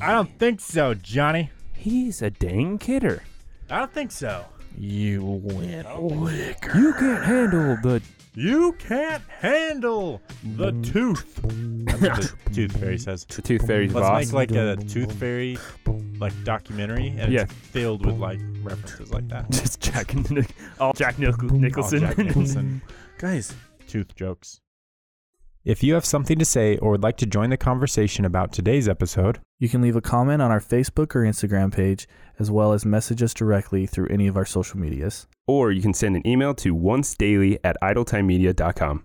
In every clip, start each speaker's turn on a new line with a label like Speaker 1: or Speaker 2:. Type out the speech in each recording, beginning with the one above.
Speaker 1: I don't think so, Johnny.
Speaker 2: He's a dang kidder.
Speaker 1: I don't think so.
Speaker 3: You little liquor.
Speaker 2: You can't handle the.
Speaker 1: You can't handle the tooth. That's what the tooth fairy says.
Speaker 2: The Tooth Fairy's
Speaker 1: Let's
Speaker 2: boss.
Speaker 1: make like a tooth fairy like documentary, and
Speaker 2: Yeah.
Speaker 1: it's filled with like references like that.
Speaker 2: Just Jack and Nic- all Jack Nich- Nicholson.
Speaker 1: All Jack Nicholson
Speaker 3: Guys,
Speaker 1: tooth jokes.
Speaker 4: If you have something to say or would like to join the conversation about today's episode,
Speaker 3: you can leave a comment on our Facebook or Instagram page, as well as message us directly through any of our social medias.
Speaker 5: or you can send an email to oncedaily at idletimemedia.com.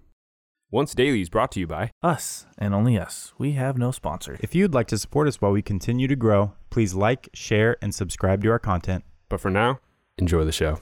Speaker 5: Once Daily is brought to you by
Speaker 3: Us, and only us. We have no sponsor.
Speaker 4: if you'd like to support us while we continue to grow, please like, share, and subscribe to our content.
Speaker 5: But for now, enjoy the show.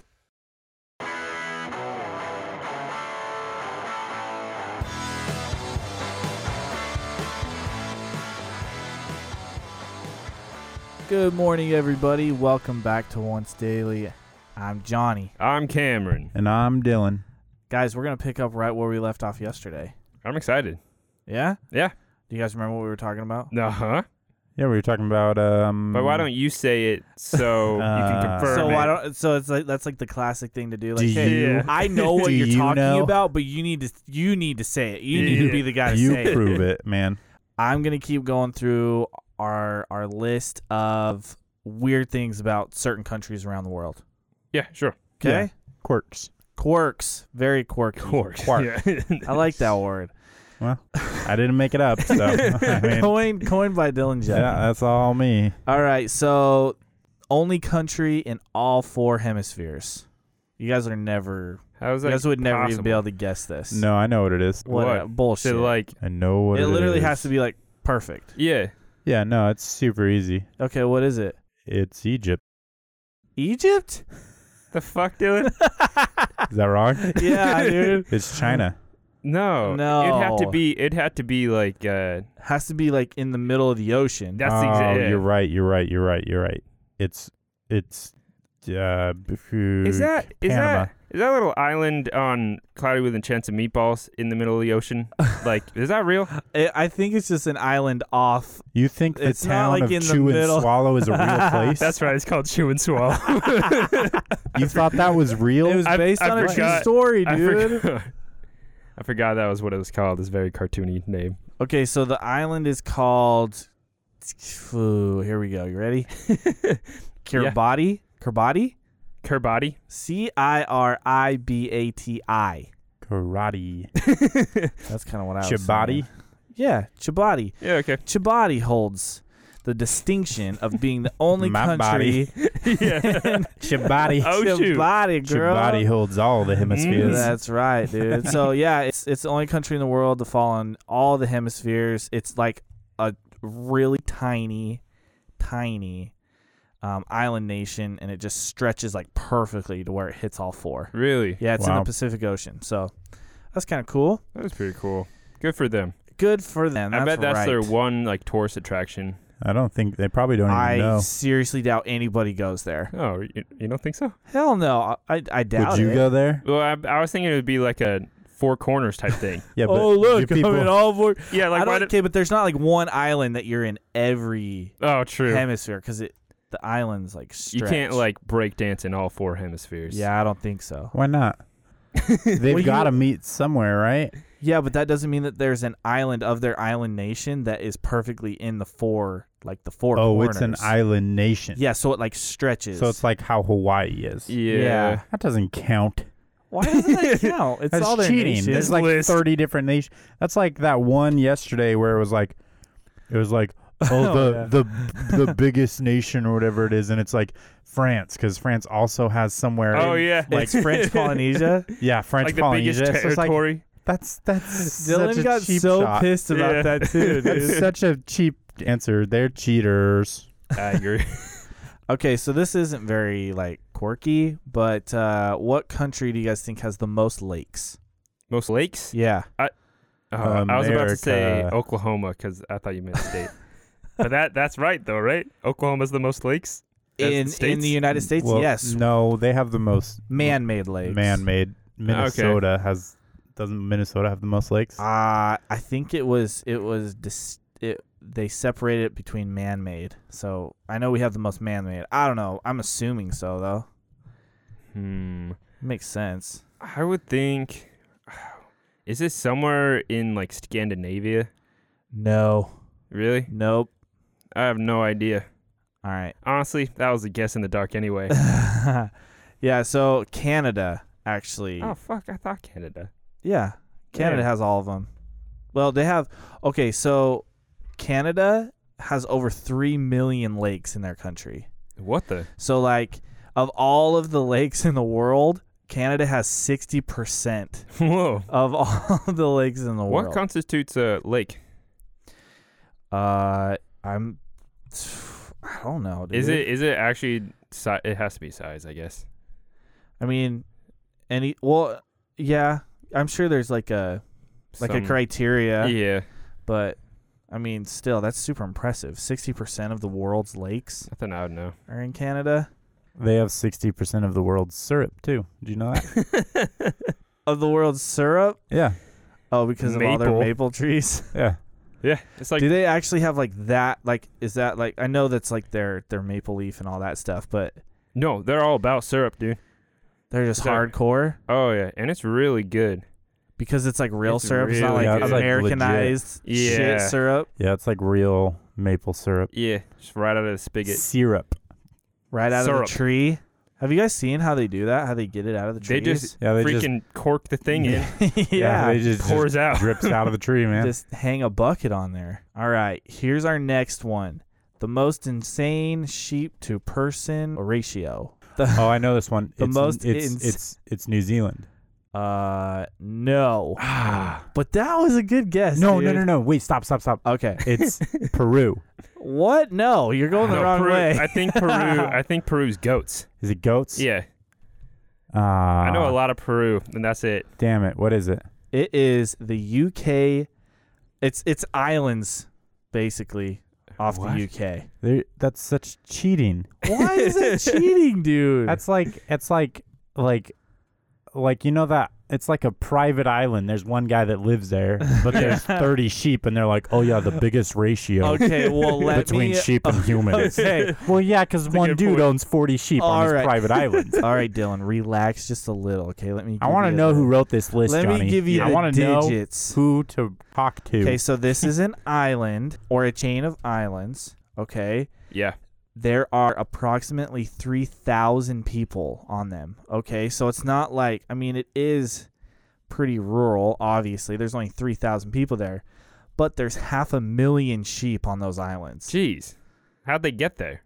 Speaker 3: Good morning, everybody. Welcome back to Once Daily. I'm Johnny.
Speaker 5: I'm Cameron.
Speaker 4: And I'm Dylan.
Speaker 3: Guys, we're going to pick up right where we left off yesterday.
Speaker 5: I'm excited.
Speaker 3: Yeah?
Speaker 5: Yeah.
Speaker 3: Do you guys remember what we were talking about?
Speaker 5: Uh huh.
Speaker 4: Yeah, we were talking about um
Speaker 5: But why don't you say it so you can
Speaker 4: Uh,
Speaker 5: confirm?
Speaker 3: So
Speaker 5: it?
Speaker 3: why don't? So it's like that's like the classic thing to do. Like,
Speaker 4: Do
Speaker 3: hey,
Speaker 5: you-
Speaker 3: I know what
Speaker 4: do
Speaker 3: you're
Speaker 4: you
Speaker 3: talking
Speaker 4: know?
Speaker 3: about, but you need to you need to say it. You need to
Speaker 5: Yeah.
Speaker 3: be the guy to
Speaker 4: you
Speaker 3: say it.
Speaker 4: prove it, man.
Speaker 3: I'm gonna keep going through our our list of weird things about certain countries around the world.
Speaker 5: Yeah, sure.
Speaker 3: Okay,
Speaker 4: Yeah. Quirks.
Speaker 3: quirks, very quirky. Quark.
Speaker 5: Yeah.
Speaker 3: I like that word.
Speaker 4: Well, I didn't make it up, so I mean,
Speaker 3: coined coined by Dylan Jet.
Speaker 4: yeah, that's all me.
Speaker 3: All right, so only country in all four hemispheres. You guys are never.
Speaker 5: How is
Speaker 3: You
Speaker 5: that?
Speaker 3: guys would never even be
Speaker 5: possible?
Speaker 3: able to guess this.
Speaker 4: No, I know what it is.
Speaker 3: what, a
Speaker 5: What?
Speaker 3: bullshit.
Speaker 5: So like,
Speaker 4: I know what
Speaker 3: it
Speaker 4: it
Speaker 3: literally
Speaker 4: is.
Speaker 3: has to be like perfect.
Speaker 5: yeah,
Speaker 4: Yeah, no, it's super easy.
Speaker 3: Okay, what is it?
Speaker 4: It's Egypt.
Speaker 3: Egypt?
Speaker 5: the fuck, Dylan?
Speaker 4: Is that wrong?
Speaker 3: yeah, dude.
Speaker 4: it's China.
Speaker 5: No, It'd have to
Speaker 3: No.
Speaker 5: be. It'd have to be like. Uh,
Speaker 3: Has to be like in the middle of the ocean.
Speaker 5: that's
Speaker 4: oh,
Speaker 5: the exact.
Speaker 4: You're right. You're right. You're right. You're right. It's it's uh
Speaker 5: Is that is
Speaker 4: Panama.
Speaker 5: that is that little island on Cloudy with a Chance of Meatballs in the middle of the ocean? Like, is that real?
Speaker 3: I- I think it's just an island off.
Speaker 4: you think the
Speaker 3: It's not
Speaker 4: town
Speaker 3: like
Speaker 4: of
Speaker 3: in the
Speaker 4: Chew and
Speaker 3: middle.
Speaker 4: Swallow is a real place?
Speaker 5: That's right. It's called Chew and Swallow.
Speaker 4: You thought that was real?
Speaker 3: It was
Speaker 5: I-
Speaker 3: based
Speaker 5: I
Speaker 3: on a true
Speaker 5: forgot.
Speaker 3: story,
Speaker 5: I
Speaker 3: dude.
Speaker 5: forgot. I forgot that was what it was called. This very cartoony name.
Speaker 3: Okay, so the island is called. Ooh, here we go. You ready? Kiribati. Kiribati.
Speaker 5: Kerbati.
Speaker 3: C I R I B A T I.
Speaker 4: Karate.
Speaker 3: That's kind of what I was.
Speaker 4: Chibati.
Speaker 3: saying. Yeah, Chibati.
Speaker 5: Yeah. Okay.
Speaker 3: Chibati holds the distinction of being the only
Speaker 4: My
Speaker 3: country.
Speaker 5: Yeah.
Speaker 4: Chibati.
Speaker 5: Oh, shoot.
Speaker 3: Chibati, girl. mm,
Speaker 4: Chibati holds all the hemispheres.
Speaker 3: That's right, dude. So yeah, it's it's the only country in the world to fall on all the hemispheres. It's like a really tiny, tiny um, island nation, and it just stretches like perfectly to where it hits all four.
Speaker 5: really?
Speaker 3: Yeah, it's in
Speaker 4: Wow.
Speaker 3: the Pacific Ocean, so that's kind of cool.
Speaker 5: That was pretty cool. Good for them.
Speaker 3: Good for them.
Speaker 5: I bet that's
Speaker 3: right.
Speaker 5: their one like tourist attraction.
Speaker 4: I don't think they probably don't even
Speaker 3: I
Speaker 4: know.
Speaker 3: seriously doubt anybody goes there.
Speaker 5: Oh, you, you don't think so?
Speaker 3: Hell no, I I, I doubt
Speaker 4: Would you
Speaker 3: it.
Speaker 4: go there?
Speaker 5: Well, I, I was thinking it would be like a Four Corners type thing.
Speaker 4: Yeah, but
Speaker 3: oh
Speaker 4: do
Speaker 3: look,
Speaker 4: people,
Speaker 3: I'm in all four.
Speaker 5: yeah. Like why
Speaker 3: I don't,
Speaker 5: did,
Speaker 3: okay, but there's not like one island that you're in every
Speaker 5: Oh, true.
Speaker 3: hemisphere because it the islands like stretch.
Speaker 5: You can't like break dance in all four hemispheres.
Speaker 3: Yeah, I don't think so.
Speaker 4: why not? They've
Speaker 3: Well, you-
Speaker 4: got to meet somewhere, right?
Speaker 3: Yeah, but that doesn't mean that there's an island of their island nation that is perfectly in the four like the four.
Speaker 4: Oh,
Speaker 3: corners.
Speaker 4: it's an island nation.
Speaker 3: Yeah, so it like stretches.
Speaker 4: So it's like how Hawaii is.
Speaker 5: Yeah.
Speaker 3: Yeah.
Speaker 4: That doesn't count.
Speaker 3: why doesn't that count? It's
Speaker 4: That's
Speaker 3: all their
Speaker 4: cheating.
Speaker 3: nations.
Speaker 4: There's like
Speaker 5: List.
Speaker 4: 30 different nations. That's like that one yesterday where it was like, it was like, oh,
Speaker 3: Oh,
Speaker 4: the the the biggest nation or whatever it is, and it's like France because France also has somewhere.
Speaker 5: Oh yeah.
Speaker 3: like French Polynesia.
Speaker 4: yeah, French
Speaker 5: like the
Speaker 4: Polynesia.
Speaker 5: biggest
Speaker 4: So it's like,
Speaker 5: territory.
Speaker 4: that's that's such a
Speaker 3: Dylan got
Speaker 4: cheap
Speaker 3: so
Speaker 4: shot.
Speaker 3: pissed about
Speaker 5: Yeah.
Speaker 3: that too. dude.
Speaker 4: That's such a cheap answer. They're cheaters.
Speaker 5: I agree.
Speaker 3: Okay, so this isn't very like quirky, but uh, what country do you guys think has the most lakes?
Speaker 5: Most lakes.
Speaker 3: Yeah,
Speaker 5: Oh, I was about to say
Speaker 4: America.
Speaker 5: Oklahoma because I thought you meant state. but that that's right though, right? Oklahoma's the most lakes. As the
Speaker 3: in in
Speaker 5: States?
Speaker 3: the United States,
Speaker 4: Well,
Speaker 3: yes,
Speaker 4: No, they have the most
Speaker 3: man-made lakes.
Speaker 4: man-made.
Speaker 3: Ah,
Speaker 4: Minnesota
Speaker 3: Ah.
Speaker 4: has doesn't Minnesota have the most lakes?
Speaker 3: Uh I think it was it was dis- it they separate it between man-made. So I know we have the most man-made. I don't know. I'm assuming so though.
Speaker 6: Hmm.
Speaker 3: Makes sense.
Speaker 6: I would think. Is this somewhere in like Scandinavia?
Speaker 3: No.
Speaker 6: Really?
Speaker 3: Nope.
Speaker 6: I have no idea.
Speaker 3: All right.
Speaker 6: Honestly, that was a guess in the dark anyway.
Speaker 3: yeah, so Canada actually.
Speaker 6: oh fuck! I thought Canada.
Speaker 3: Yeah. Canada
Speaker 6: Yeah.
Speaker 3: has all of them. Well, they have Okay, so Canada has over 3 million lakes in their country.
Speaker 6: What the?
Speaker 3: So like of all of the lakes in the world, Canada has 60%
Speaker 6: Whoa!
Speaker 3: of all of the lakes in the
Speaker 6: What
Speaker 3: world.
Speaker 6: constitutes a lake?
Speaker 3: uh I'm I don't know.
Speaker 6: Is
Speaker 3: dude.
Speaker 6: it is it actually? Si- it has to be size, I guess.
Speaker 3: I mean, any well, yeah, I'm sure there's like a like
Speaker 6: Some-
Speaker 3: a criteria,
Speaker 6: Yeah,
Speaker 3: but I mean, still that's super impressive. 60% of the world's lakes
Speaker 6: nothing I would know.
Speaker 3: are in Canada.
Speaker 4: They have 60% of the world's syrup, too. Do you know that?
Speaker 3: Of the world's syrup?
Speaker 4: yeah.
Speaker 3: Oh, because of all their
Speaker 6: Maple.
Speaker 3: maple trees.
Speaker 4: Yeah.
Speaker 6: Yeah, it's like
Speaker 3: Do they actually have like that like is that like I know that's like their their maple leaf and all that stuff, but
Speaker 6: no, they're all about syrup, dude.
Speaker 3: they're just
Speaker 6: They're-
Speaker 3: hardcore
Speaker 6: Oh yeah, and it's really good.
Speaker 3: because it's like real
Speaker 6: It's
Speaker 3: syrup. it's not
Speaker 6: really
Speaker 3: like
Speaker 6: good. Yeah, it's,
Speaker 4: like, legit.
Speaker 3: Americanized
Speaker 6: Yeah.
Speaker 3: shit syrup
Speaker 4: Yeah, it's like real maple syrup.
Speaker 6: Yeah, just right out of the spigot.
Speaker 4: Syrup.
Speaker 3: right out
Speaker 6: Syrup.
Speaker 3: of the tree. Have you guys seen how they do that? How they get it out of the
Speaker 6: They
Speaker 3: trees?
Speaker 6: just
Speaker 4: Yeah, they just,
Speaker 6: freaking cork the thing in,
Speaker 3: yeah,
Speaker 4: they just, just
Speaker 6: pours out.
Speaker 4: drips out of the tree, man.
Speaker 3: just hang a bucket on there. All right, here's our next one: the most insane sheep to person ratio. The
Speaker 4: oh, I know this one.
Speaker 3: The
Speaker 4: it's,
Speaker 3: most
Speaker 4: it's,
Speaker 3: ins-
Speaker 4: it's it's New Zealand.
Speaker 3: uh, no,
Speaker 6: Ah,
Speaker 3: but that was a good guess.
Speaker 4: No, no,
Speaker 3: dude.
Speaker 4: no, no. Wait, stop, stop, stop.
Speaker 3: Okay,
Speaker 4: It's Peru.
Speaker 3: what? No, you're going the
Speaker 6: No,
Speaker 3: wrong
Speaker 6: Peru,
Speaker 3: way.
Speaker 6: I think Peru. I think Peru's goats.
Speaker 4: Is it goats?
Speaker 6: Yeah,
Speaker 4: Uh,
Speaker 6: I know a lot of Peru, and that's it.
Speaker 4: Damn it. What is it?
Speaker 3: It is the UK. It's it's islands, basically, off
Speaker 6: What?
Speaker 3: the UK.
Speaker 4: There that's such cheating.
Speaker 3: Why is it cheating, dude?
Speaker 4: That's like it's like like like you know that it's like a private island. There's one guy that lives there, but there's 30 sheep, and they're like, oh yeah, the biggest ratio
Speaker 3: okay. Well, let
Speaker 4: between
Speaker 3: me. uh,
Speaker 4: sheep and humans.
Speaker 3: Okay.
Speaker 4: Well, yeah, because one
Speaker 6: good
Speaker 4: dude
Speaker 6: point.
Speaker 4: owns 40 sheep on his
Speaker 3: Alright.
Speaker 4: private island.
Speaker 3: uh, All right, Dylan, relax just a little. Okay, let me.
Speaker 4: I
Speaker 3: give
Speaker 4: want to
Speaker 3: you
Speaker 4: know
Speaker 3: the-
Speaker 4: who wrote this list,
Speaker 3: Let
Speaker 4: Johnny.
Speaker 3: me give you
Speaker 4: I
Speaker 3: the
Speaker 4: wanna know
Speaker 3: digits.
Speaker 4: who to talk to.
Speaker 3: Okay, so this is an island or a chain of islands. Okay,
Speaker 6: Yeah,
Speaker 3: there are approximately three thousand people on them. Okay, so it's not like I mean it is pretty rural. Obviously, there's only three thousand people there, but there's half a million sheep on those islands.
Speaker 6: jeez, how'd they get there?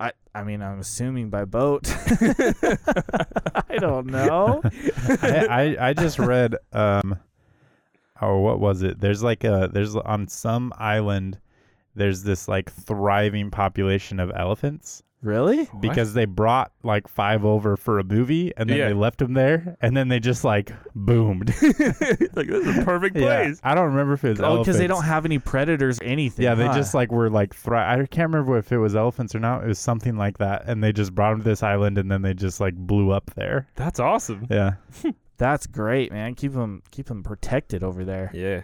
Speaker 3: I I mean I'm assuming by boat. I don't know.
Speaker 4: I, I I just read um oh what was it? There's like a there's on some island there's this like thriving population of elephants
Speaker 3: Really?
Speaker 4: because they brought like five over for a movie and then
Speaker 6: Yeah.
Speaker 4: they left them there and then they just like boomed.
Speaker 6: like this is a perfect
Speaker 4: yeah.
Speaker 6: place.
Speaker 4: I don't remember if it was
Speaker 3: Oh, because they
Speaker 4: elephants.
Speaker 3: don't have any predators or anything.
Speaker 4: yeah, they
Speaker 3: huh?
Speaker 4: just like were like thri- I can't remember if it was elephants or not. It was something like that, and they just brought them to this island, and then they just like blew up there.
Speaker 6: That's awesome.
Speaker 4: Yeah,
Speaker 3: That's great, man. Keep them keep them protected over there.
Speaker 6: Yeah.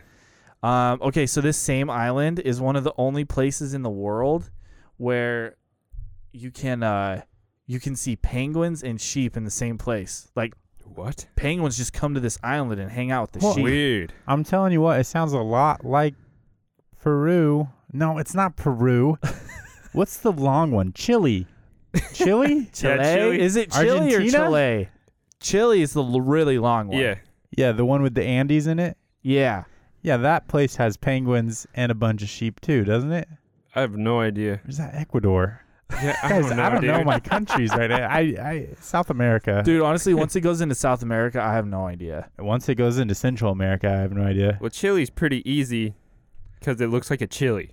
Speaker 3: Um, okay, so this same island is one of the only places in the world where you can uh, you can see penguins and sheep in the same place. Like
Speaker 6: What?
Speaker 3: penguins just come to this island and hang out with the
Speaker 4: Well,
Speaker 3: sheep.
Speaker 6: Weird.
Speaker 4: I'm telling you what, it sounds a lot like Peru. No, it's not Peru. What's the long one? Chile. Chile?
Speaker 3: Chile?
Speaker 6: Yeah, Chile.
Speaker 3: Is it Chile
Speaker 4: Argentina?
Speaker 3: or Chile? Chile is the l- really long one.
Speaker 6: Yeah.
Speaker 4: yeah, the one with the Andes in it.
Speaker 3: Yeah.
Speaker 4: Yeah, that place has penguins and a bunch of sheep too, doesn't it?
Speaker 6: I have no idea.
Speaker 4: Or is that Ecuador?
Speaker 6: Yeah, I
Speaker 4: Guys,
Speaker 6: don't know.
Speaker 4: I don't know
Speaker 6: dude.
Speaker 4: my countries right now. I, I South America.
Speaker 3: Dude, honestly, once it goes into South America, I have no idea.
Speaker 4: Once it goes into Central America, I have no idea.
Speaker 6: Well, chili's pretty easy because it looks like a chili.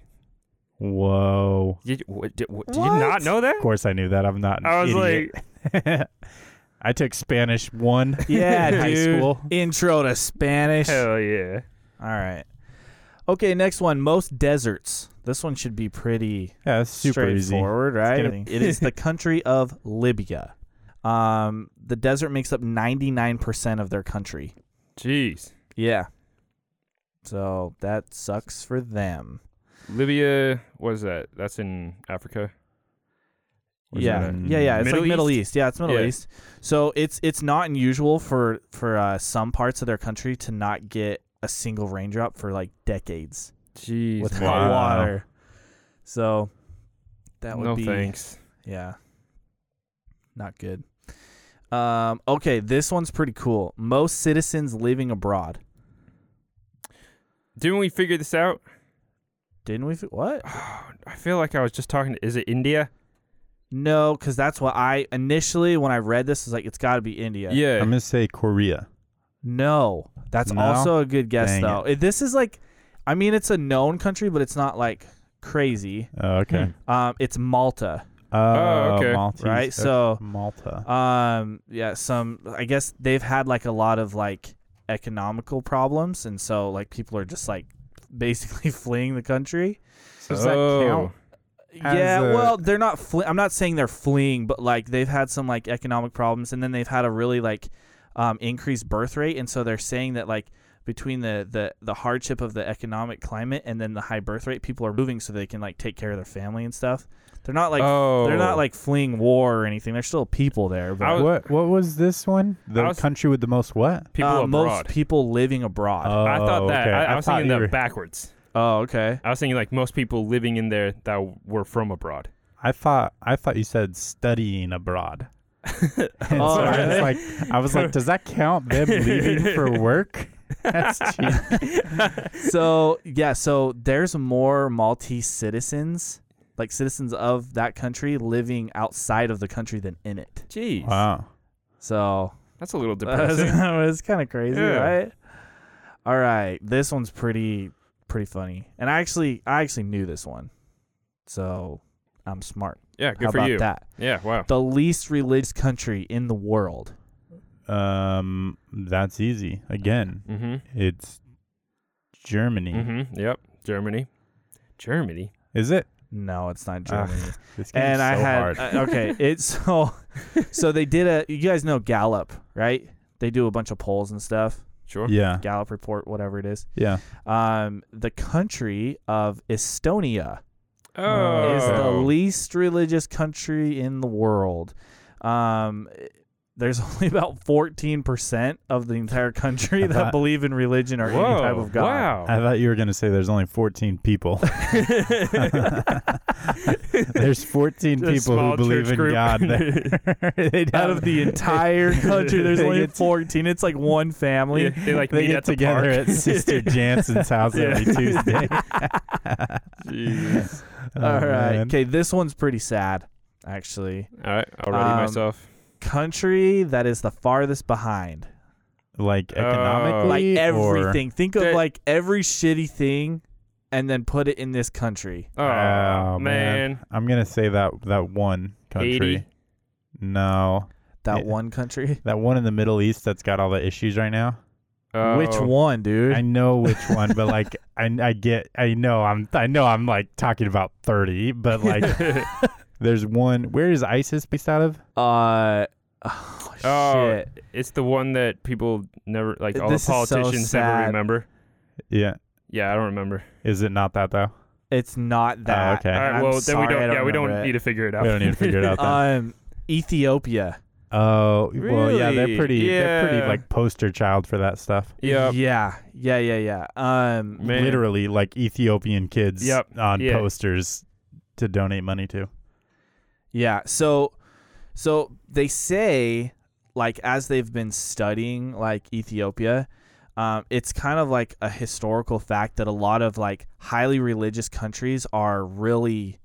Speaker 4: Whoa.
Speaker 6: Did, what, did, what, did you not know that?
Speaker 4: Of course I knew that. I'm not an
Speaker 6: I was
Speaker 4: idiot. Like... I took Spanish 1
Speaker 3: Yeah,
Speaker 4: in high
Speaker 3: dude.
Speaker 4: school.
Speaker 3: Intro to Spanish.
Speaker 6: like, hell yeah.
Speaker 3: All right. Okay, next one. Most deserts. This one should be pretty
Speaker 4: Yeah, that's super easy.
Speaker 3: straightforward, right?
Speaker 4: gonna-
Speaker 3: it is the country of Libya. Um, the desert makes up 99% of their country.
Speaker 6: Jeez.
Speaker 3: Yeah. So that sucks for them.
Speaker 5: Libya, what is that? That's in Africa. Or is
Speaker 3: yeah,
Speaker 5: that
Speaker 4: in
Speaker 3: yeah, yeah. It's
Speaker 5: Middle
Speaker 3: like Middle
Speaker 5: East?
Speaker 3: East. Yeah, it's Middle
Speaker 5: Yeah.
Speaker 3: East. So it's it's not unusual for for uh, some parts of their country to not get a single raindrop for like decades
Speaker 5: Jeez.
Speaker 3: with hot
Speaker 4: Wow.
Speaker 3: water. So that would
Speaker 5: no
Speaker 3: be
Speaker 5: thanks.
Speaker 3: yeah, not good. Um, okay, this one's pretty cool. Most citizens living abroad.
Speaker 5: Didn't we figure this out?
Speaker 3: Didn't we? F- what?
Speaker 5: I feel like I was just talking. To, is it India?
Speaker 3: No, because that's what I initially when I read this was like it's got to be India.
Speaker 5: Yeah.
Speaker 4: I'm gonna say Korea.
Speaker 3: No, that's
Speaker 4: No?
Speaker 3: also a good guess
Speaker 4: Dang
Speaker 3: though. It- This is like, I mean, it's a known country, but it's not like crazy.
Speaker 4: Oh, okay.
Speaker 3: Um, it's Malta,
Speaker 4: Uh,
Speaker 5: Oh, okay.
Speaker 4: Maltese.
Speaker 3: right?
Speaker 4: Okay,
Speaker 3: So,
Speaker 4: Malta.
Speaker 3: um, yeah, some I guess they've had like a lot of like economical problems, and so like people are just like basically fleeing the country.
Speaker 4: Does that
Speaker 5: Oh.
Speaker 4: count? As
Speaker 3: yeah,
Speaker 4: a-
Speaker 3: well, they're not. Fle- I'm not saying they're fleeing, but like they've had some like economic problems, and then they've had a really like um, increased birth rate, and so they're saying that like between the, the the hardship of the economic climate and then the high birth rate, people are moving so they can like take care of their family and stuff. They're not like
Speaker 5: oh,
Speaker 3: they're not like fleeing war or anything. There's still people there, but
Speaker 5: I was-
Speaker 4: what what was this one? The
Speaker 5: I was-
Speaker 4: country with the most what? Oh,
Speaker 5: people
Speaker 3: uh,
Speaker 5: abroad.
Speaker 3: most people living abroad.
Speaker 5: I thought that.
Speaker 4: okay.
Speaker 5: I, I was
Speaker 4: thought
Speaker 5: thinking
Speaker 4: you
Speaker 5: that
Speaker 4: were-
Speaker 5: backwards.
Speaker 3: oh, okay.
Speaker 5: I was thinking like most people living in there that were from abroad.
Speaker 4: I thought I thought you said studying abroad. And
Speaker 3: Oh,
Speaker 4: so I
Speaker 3: really?
Speaker 4: was like, I was like, does that count them leaving for work? That's cheap.
Speaker 3: so yeah, so there's more Maltese citizens, like citizens of that country, living outside of the country than in it.
Speaker 5: Jeez,
Speaker 4: Wow.
Speaker 3: So
Speaker 5: that's a little
Speaker 3: that was,
Speaker 5: depressing.
Speaker 3: kind of crazy,
Speaker 5: Yeah.
Speaker 3: right? All right, this one's pretty pretty funny, and I actually I actually knew this one, so I'm smart.
Speaker 5: yeah, good
Speaker 3: How
Speaker 5: for
Speaker 3: about
Speaker 5: you.
Speaker 3: that?
Speaker 5: Yeah, wow.
Speaker 3: The least religious country in the world.
Speaker 4: Um, that's easy. Again,
Speaker 5: Mm-hmm.
Speaker 4: it's Germany.
Speaker 5: Mm-hmm. Yep. Germany. Germany.
Speaker 4: Is it?
Speaker 3: No, it's not
Speaker 4: Ah,
Speaker 3: Germany.
Speaker 4: this game's
Speaker 3: and I
Speaker 4: so
Speaker 3: had
Speaker 4: hard.
Speaker 3: uh, okay. It's so so they did a. You guys know Gallup, right? They do a bunch of polls and stuff.
Speaker 5: Sure.
Speaker 4: yeah,
Speaker 3: Gallup report, whatever it is.
Speaker 4: yeah.
Speaker 3: Um, the country of Estonia
Speaker 5: Oh.
Speaker 3: is the least religious country in the world. Um, there's only about 14% of the entire country
Speaker 4: I
Speaker 3: that
Speaker 4: thought-
Speaker 3: believe in religion or
Speaker 5: Whoa,
Speaker 3: any type of God.
Speaker 4: I
Speaker 5: Wow.
Speaker 4: thought you were gonna say there's only 14 people. there's 14
Speaker 5: Just a
Speaker 4: people
Speaker 5: small
Speaker 4: who
Speaker 5: church
Speaker 4: believe in
Speaker 5: group.
Speaker 4: God. There. They'd
Speaker 3: Out
Speaker 4: have-
Speaker 3: of the entire country, there's
Speaker 4: They
Speaker 3: only
Speaker 4: get to-
Speaker 3: 14. It's like one family.
Speaker 5: Yeah, they like
Speaker 4: they
Speaker 5: meet
Speaker 4: get
Speaker 5: at the
Speaker 4: together
Speaker 5: park.
Speaker 4: at Sister Jansen's house every Tuesday.
Speaker 5: Jeez.
Speaker 4: Oh,
Speaker 3: All right.
Speaker 4: man.
Speaker 3: Okay, this one's pretty sad, actually.
Speaker 5: All right. I'll ready
Speaker 3: Um,
Speaker 5: myself.
Speaker 3: Country that is the farthest behind.
Speaker 4: Like
Speaker 5: Oh.
Speaker 3: Like
Speaker 4: economically, or-
Speaker 3: everything. Think of
Speaker 5: That-
Speaker 3: like every shitty thing and then put it in this country.
Speaker 5: Oh,
Speaker 4: Oh,
Speaker 5: man.
Speaker 4: I'm gonna say that that one country.
Speaker 5: 80.
Speaker 4: No,
Speaker 3: That
Speaker 4: Yeah.
Speaker 3: one country.
Speaker 4: that one in the Middle East that's got all the issues right now.
Speaker 5: Oh.
Speaker 3: Which one, dude?
Speaker 4: I know which one, but like I, I get I know I'm I know I'm like talking about 30, but like there's one. Where is ISIS based out of?
Speaker 3: uh oh,
Speaker 5: Oh,
Speaker 3: shit.
Speaker 5: It's the one that people never like. All
Speaker 3: This is
Speaker 5: the
Speaker 3: so
Speaker 5: politicians never
Speaker 3: sad.
Speaker 5: remember.
Speaker 4: Yeah,
Speaker 5: Yeah, I don't remember.
Speaker 4: is it not that though?
Speaker 3: It's not that.
Speaker 4: okay.
Speaker 5: Oh, All right.
Speaker 3: I'm
Speaker 5: well, then
Speaker 3: sorry,
Speaker 5: we
Speaker 3: I
Speaker 5: don't. yeah, we don't
Speaker 3: remember it.
Speaker 5: need to figure it out.
Speaker 4: We don't need to figure it out.
Speaker 5: Uh,
Speaker 4: Then.
Speaker 3: Um Ethiopia.
Speaker 4: Oh, well, yeah,
Speaker 5: really?
Speaker 4: they're pretty. They're
Speaker 5: Yeah.
Speaker 4: pretty like poster child for that stuff.
Speaker 5: yep.
Speaker 3: Yeah. Yeah, yeah, yeah. Um
Speaker 5: Man.
Speaker 4: Literally, like Ethiopian kids
Speaker 5: Yep,
Speaker 4: on
Speaker 5: yeah.
Speaker 4: posters to donate money to.
Speaker 3: Yeah. So, so they say, like, as they've been studying, like, Ethiopia, um, it's kind of like a historical fact that a lot of, like, highly religious countries are really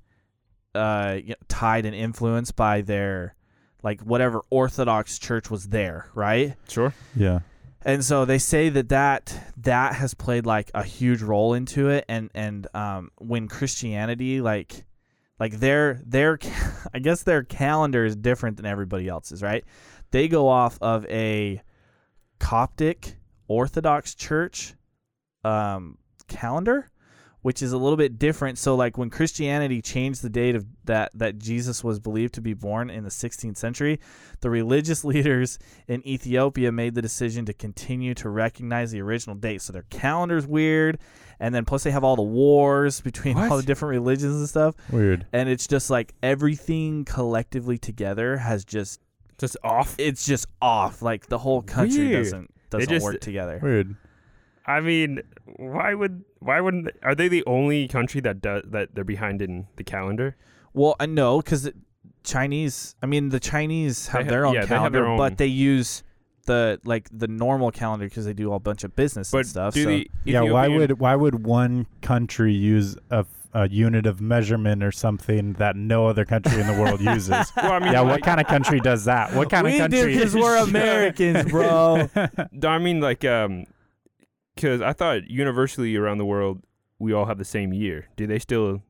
Speaker 3: uh, you know, tied and influenced by their, like, whatever Orthodox church was there, right?
Speaker 5: Sure.
Speaker 4: Yeah.
Speaker 3: and so they say that that that has played like a huge role into it and and um when christianity like like their their ca- i guess their calendar is different than everybody else's right they go off of a coptic orthodox church um calendar which is a little bit different. So like when Christianity changed the date of that that Jesus was believed to be born in the 16th century, the religious leaders in Ethiopia made the decision to continue to recognize the original date. So their calendar's weird, and then plus they have all the wars between all the different religions and stuff,
Speaker 4: Weird.
Speaker 3: and it's just like everything collectively together has just
Speaker 5: Just off.
Speaker 3: it's just off. Like the whole country
Speaker 5: Weird.
Speaker 3: doesn't doesn't
Speaker 5: just-
Speaker 3: work together.
Speaker 4: Weird.
Speaker 5: I mean, why would why wouldn't they- are they the only country that does that they're behind in the calendar?
Speaker 3: Well, I know because Chinese. I mean, the Chinese have
Speaker 5: ha-
Speaker 3: their own
Speaker 5: yeah, they have
Speaker 3: calendar,
Speaker 5: their
Speaker 3: but
Speaker 5: own-
Speaker 3: they use the like the normal calendar because they do a bunch of business
Speaker 5: But
Speaker 3: and stuff.
Speaker 5: do
Speaker 3: so.
Speaker 5: the
Speaker 4: yeah. Why
Speaker 5: Ethiopian-
Speaker 4: would why would one country use a, a unit of measurement or something that no other country in the world uses?
Speaker 5: well, I mean,
Speaker 4: yeah.
Speaker 5: like,
Speaker 4: What kind of country does that? What kind
Speaker 3: we
Speaker 4: of country?
Speaker 3: do because we're Americans, bro.
Speaker 5: I mean, like, um, because I thought universally around the world we all have the same year. Do they still?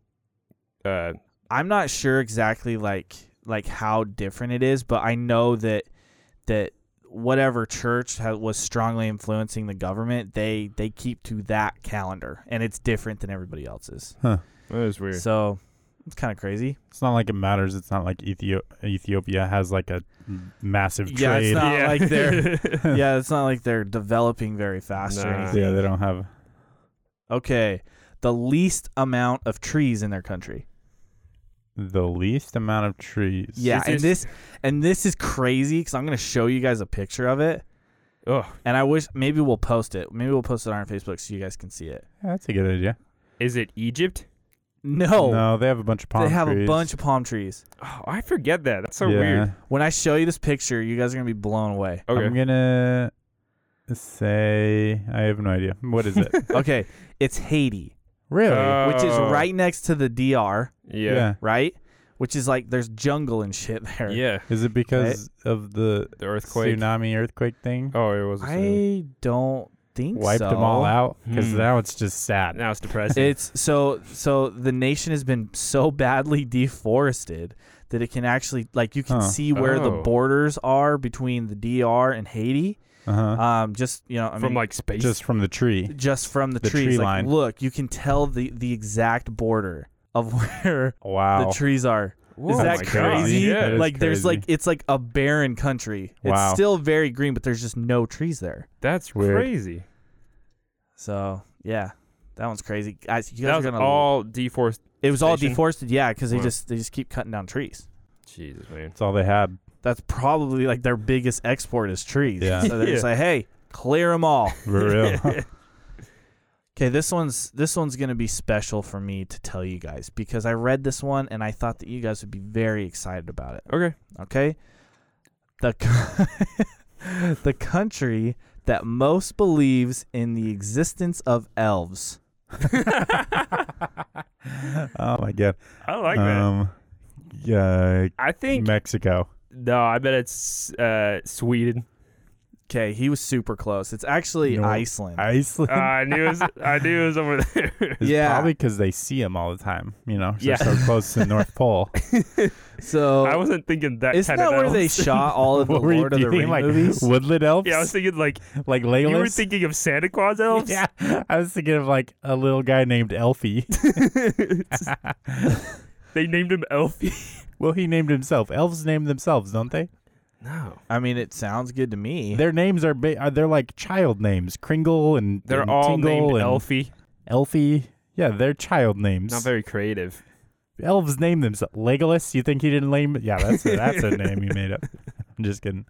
Speaker 5: Uh,
Speaker 3: I'm not sure exactly like like how different it is, but I know that that whatever church ha- was strongly influencing the government, they they keep to that calendar, and it's different than everybody else's.
Speaker 5: that is weird.
Speaker 3: So it's kind of crazy.
Speaker 4: It's not like it matters. It's not like Ethio- Ethiopia has like a massive trade.
Speaker 3: Yeah, it's not
Speaker 5: Yeah.
Speaker 3: like they're yeah, it's not like they're developing very fast or
Speaker 5: Nah.
Speaker 3: anything.
Speaker 4: yeah, they don't have.
Speaker 3: Okay, the least amount of trees in their country.
Speaker 4: the least amount of trees.
Speaker 3: Yeah,
Speaker 5: Is
Speaker 3: and
Speaker 5: this-
Speaker 3: this and this is crazy because I'm gonna show you guys a picture of it,
Speaker 5: Oh,
Speaker 3: and I wish maybe we'll post it. Maybe we'll post it on our Facebook so you guys can see it.
Speaker 4: Yeah, that's a good idea.
Speaker 5: is it Egypt?
Speaker 3: No,
Speaker 4: no, they have a bunch of palm
Speaker 3: Oh. they have a
Speaker 4: trees.
Speaker 3: bunch of palm trees.
Speaker 5: Oh, I forget that. That's so
Speaker 4: yeah.
Speaker 5: weird.
Speaker 3: When I show you this picture, you guys are gonna be blown away.
Speaker 5: Okay.
Speaker 4: I'm gonna say I have no idea. What is it?
Speaker 3: Okay, it's Haiti,
Speaker 4: really?
Speaker 3: which is
Speaker 5: Oh,
Speaker 3: right next to the DR,
Speaker 5: Yeah.
Speaker 3: right? Which is like there's jungle and shit there.
Speaker 5: Yeah,
Speaker 4: Is it because of the
Speaker 5: the earthquake.
Speaker 4: tsunami earthquake thing?
Speaker 5: Oh, it was. a tsunami.
Speaker 3: I don't think
Speaker 4: Wiped
Speaker 3: so.
Speaker 4: them all out because
Speaker 5: Hmm.
Speaker 4: now it's just sad.
Speaker 5: now it's depressing.
Speaker 3: It's so so the nation has been so badly deforested that it can actually like you can
Speaker 4: Huh.
Speaker 3: see where the
Speaker 5: Oh.
Speaker 3: borders are between the DR and Haiti.
Speaker 4: Uh-huh.
Speaker 3: Um, just you know, I
Speaker 5: from
Speaker 3: mean,
Speaker 5: like space.
Speaker 4: just from the tree.
Speaker 3: just from the,
Speaker 4: the
Speaker 3: trees.
Speaker 4: tree
Speaker 3: like,
Speaker 4: line.
Speaker 3: Look, you can tell the the exact border of where
Speaker 4: Wow.
Speaker 3: the trees are.
Speaker 5: Whoa,
Speaker 3: is
Speaker 5: Oh my
Speaker 3: that
Speaker 5: God.
Speaker 3: crazy?
Speaker 5: Yeah.
Speaker 4: That is
Speaker 3: like there's like
Speaker 4: crazy.
Speaker 3: it's like a barren country.
Speaker 4: Wow.
Speaker 3: It's still very green, but there's just no trees there.
Speaker 5: That's
Speaker 4: Weird.
Speaker 5: crazy.
Speaker 3: So yeah, that one's crazy. Guys, you guys
Speaker 5: That
Speaker 3: are
Speaker 5: was
Speaker 3: gonna
Speaker 5: all deforest.
Speaker 3: It was all
Speaker 5: Station.
Speaker 3: deforested, yeah, because they
Speaker 5: Wow.
Speaker 3: just they just keep cutting down trees.
Speaker 5: Jesus, man.
Speaker 4: That's all they had.
Speaker 3: That's probably like their biggest export is trees.
Speaker 4: Yeah.
Speaker 3: So they're just like, hey, clear them all.
Speaker 4: For real.
Speaker 3: Okay, this one's this one's gonna be special for me to tell you guys because I read this one and I thought that you guys would be very excited about it.
Speaker 5: Okay.
Speaker 3: Okay, the co- the country that most believes in the existence of elves.
Speaker 4: oh my god.
Speaker 5: I like that.
Speaker 4: um, Yeah,
Speaker 5: I think
Speaker 4: Mexico.
Speaker 5: no. I bet it's uh, Sweden.
Speaker 3: Okay, he was super close. It's actually
Speaker 4: No,
Speaker 3: Iceland.
Speaker 4: Iceland.
Speaker 5: Uh, I knew it was, I knew it was over there.
Speaker 4: It's
Speaker 3: Yeah.
Speaker 4: probably because they see them all the time. You know, 'cause
Speaker 5: Yeah.
Speaker 4: they're so close to the North Pole.
Speaker 3: so
Speaker 5: I wasn't thinking that
Speaker 3: Isn't
Speaker 5: kind
Speaker 3: that
Speaker 5: of
Speaker 3: where they shot all of the
Speaker 4: What were you
Speaker 3: Lord of the
Speaker 4: thinking,
Speaker 3: Rings
Speaker 4: like
Speaker 3: movies?
Speaker 4: woodland elves?
Speaker 5: Yeah, I was thinking like
Speaker 4: like
Speaker 5: you were
Speaker 4: Legolas.
Speaker 5: thinking of Santa Claus elves.
Speaker 4: yeah, I was thinking of like a little guy named Elfie.
Speaker 5: They named him Elfie.
Speaker 4: well, he named himself. Elves name themselves, don't they?
Speaker 5: No.
Speaker 3: I mean, it sounds good to me.
Speaker 4: Their names are, ba- are they're like child names. Kringle and
Speaker 5: They're
Speaker 4: and
Speaker 5: all
Speaker 4: Tingle
Speaker 5: named
Speaker 4: and
Speaker 5: Elfie.
Speaker 4: Elfie. Yeah, they're child names.
Speaker 5: Not very creative.
Speaker 4: Elves name themselves. Legolas. You think he didn't name? Yeah, that's a, that's a name he made up. I'm just kidding.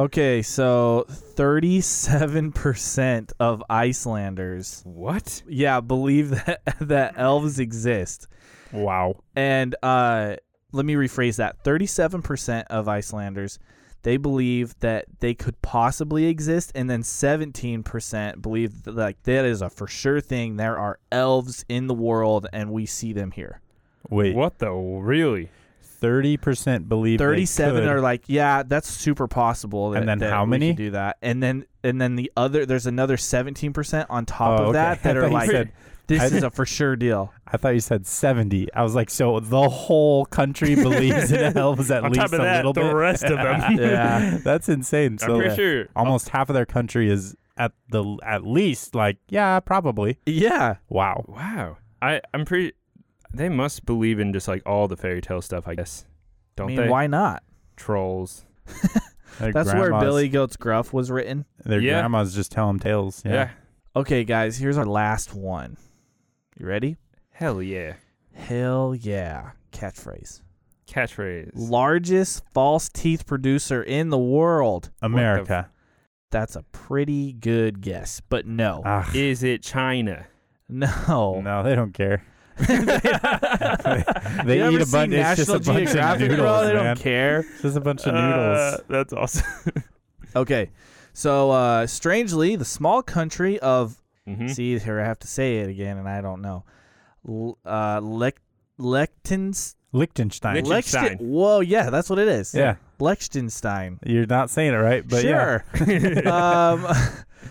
Speaker 3: Okay, so 37% of Icelanders,
Speaker 5: What?
Speaker 3: yeah, believe that that elves exist.
Speaker 4: Wow.
Speaker 3: And uh let me rephrase that. 37% of Icelanders they believe that they could possibly exist and then 17% believe that like that is a for sure thing there are elves in the world and we see them here.
Speaker 4: Wait.
Speaker 5: What the really?
Speaker 4: Thirty percent believe. they
Speaker 3: 37
Speaker 4: could.
Speaker 3: are like yeah that's super possible that,
Speaker 4: And then
Speaker 3: that
Speaker 4: how
Speaker 3: we
Speaker 4: many?
Speaker 3: could do that and then and then the other there's another 17% on top
Speaker 4: Oh,
Speaker 3: of
Speaker 4: okay.
Speaker 3: that that
Speaker 4: I
Speaker 3: are
Speaker 4: thought you
Speaker 3: like
Speaker 4: said-
Speaker 3: this
Speaker 4: I-
Speaker 3: is a for sure deal
Speaker 4: I thought you said 70. I was like, so the whole country believes in elves at
Speaker 5: On
Speaker 4: least
Speaker 5: top of
Speaker 4: a
Speaker 5: that,
Speaker 4: little
Speaker 5: the
Speaker 4: bit.
Speaker 5: rest of them.
Speaker 4: yeah, that's insane.
Speaker 5: I'm
Speaker 4: So
Speaker 5: pretty sure.
Speaker 4: almost half of their country is at the at least like yeah probably
Speaker 3: Yeah.
Speaker 4: wow
Speaker 5: Wow. I I'm pretty. They must believe in just like all the fairy tale stuff, I guess.
Speaker 3: I
Speaker 5: Don't
Speaker 3: mean,
Speaker 5: they?
Speaker 3: why not?
Speaker 5: Trolls.
Speaker 4: Their
Speaker 3: That's where
Speaker 4: grandmas-
Speaker 3: Billy Goat's Gruff was written.
Speaker 4: their
Speaker 5: Yeah.
Speaker 4: grandmas just tell them tales
Speaker 5: Yeah.
Speaker 4: yeah,
Speaker 3: Okay, guys, here's our last one. You ready?
Speaker 5: Hell yeah.
Speaker 3: Hell yeah. Catchphrase.
Speaker 5: Catchphrase.
Speaker 3: Largest false teeth producer in the world.
Speaker 4: America
Speaker 3: That's a pretty good guess, but no.
Speaker 4: Ah,
Speaker 5: Is it China?
Speaker 3: no.
Speaker 4: no they don't care they
Speaker 3: You ever
Speaker 4: eat a
Speaker 3: seen
Speaker 4: bunch it's just
Speaker 3: National
Speaker 4: a bunch of
Speaker 3: Geographic, bro?
Speaker 4: noodles
Speaker 3: They
Speaker 4: man.
Speaker 3: don't care.
Speaker 4: It's just a bunch of noodles
Speaker 5: Uh, that's awesome.
Speaker 3: Okay. So, uh, strangely, the small country of
Speaker 4: Mm-hmm.
Speaker 5: hmm
Speaker 3: See, here I have to say it again, and I don't know. L- uh, Lech- Lechtens-
Speaker 4: Liechtenstein
Speaker 5: Lich- Liechtenstein.
Speaker 3: Lechten- Whoa, yeah, that's what it is.
Speaker 4: yeah
Speaker 3: Liechtenstein.
Speaker 4: you're not saying it right but yeah
Speaker 3: sure. um,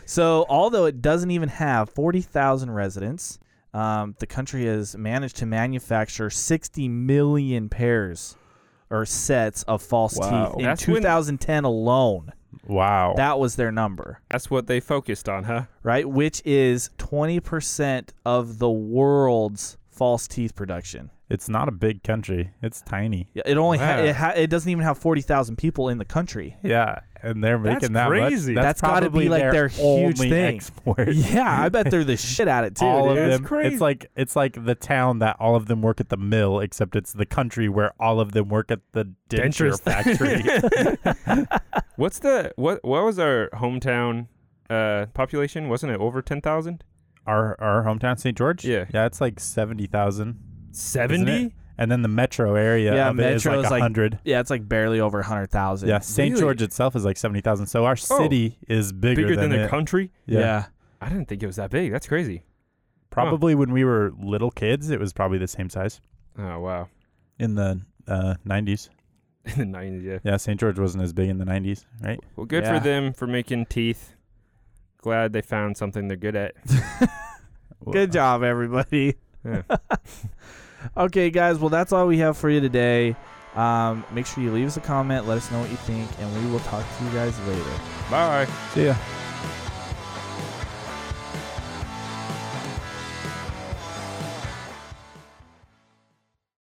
Speaker 3: so, although it doesn't even have 40,000 residents, um, the country has managed to manufacture 60 million pairs or sets of false
Speaker 4: Wow.
Speaker 3: teeth in
Speaker 5: That's when-
Speaker 3: 2010 alone.
Speaker 4: wow
Speaker 3: That was their number.
Speaker 5: That's what they focused on, huh?
Speaker 3: right? Which is 20% of the world's false teeth production.
Speaker 4: it's not a big country it's tiny
Speaker 3: Yeah, It only ha-
Speaker 5: Wow.
Speaker 3: it, ha- it doesn't even have 40,000 people in the country.
Speaker 4: Yeah, and they're
Speaker 5: That's
Speaker 4: making that
Speaker 5: crazy.
Speaker 4: much.
Speaker 3: That's gotta be,
Speaker 4: probably
Speaker 3: like, their huge
Speaker 4: only
Speaker 3: thing.
Speaker 4: Export.
Speaker 3: Yeah, I bet they're the shit at it too.
Speaker 4: all
Speaker 3: dude.
Speaker 4: of
Speaker 5: That's
Speaker 4: them. It's like it's like the town that all of them work at the mill, except it's the country where all of them work at the denture
Speaker 5: Dentures.
Speaker 4: factory.
Speaker 5: What's the what? What was our hometown uh, population? Wasn't it over ten thousand?
Speaker 4: our our hometown, St. George.
Speaker 5: Yeah.
Speaker 4: yeah, it's like seventy thousand,
Speaker 5: Seventy?
Speaker 4: and then the metro area
Speaker 3: Yeah,
Speaker 4: of it is
Speaker 3: metro
Speaker 4: like
Speaker 3: is like-
Speaker 4: hundred.
Speaker 3: Yeah, it's like barely over 100,000.
Speaker 4: yeah, St.
Speaker 5: Really?
Speaker 4: George itself is like seventy thousand. So our
Speaker 3: Oh,
Speaker 4: city is bigger,
Speaker 5: Bigger than, the
Speaker 4: it.
Speaker 5: country?
Speaker 3: Yeah.
Speaker 5: I didn't think it was that big. That's crazy.
Speaker 4: Probably when we were little kids, it was probably the same size
Speaker 5: Oh wow.
Speaker 4: in the uh, nineties.
Speaker 5: In the nineties, yeah.
Speaker 4: yeah, St. George wasn't as big in the nineties, right?
Speaker 5: Well, good
Speaker 3: Yeah.
Speaker 5: for them for making teeth. Glad they found something they're good at.
Speaker 3: Good job, everybody.
Speaker 5: Yeah.
Speaker 3: okay, guys. Well, that's all we have for you today. Um, make sure you leave us a comment. Let us know what you think, and we will talk to you guys later.
Speaker 5: Bye.
Speaker 4: See ya.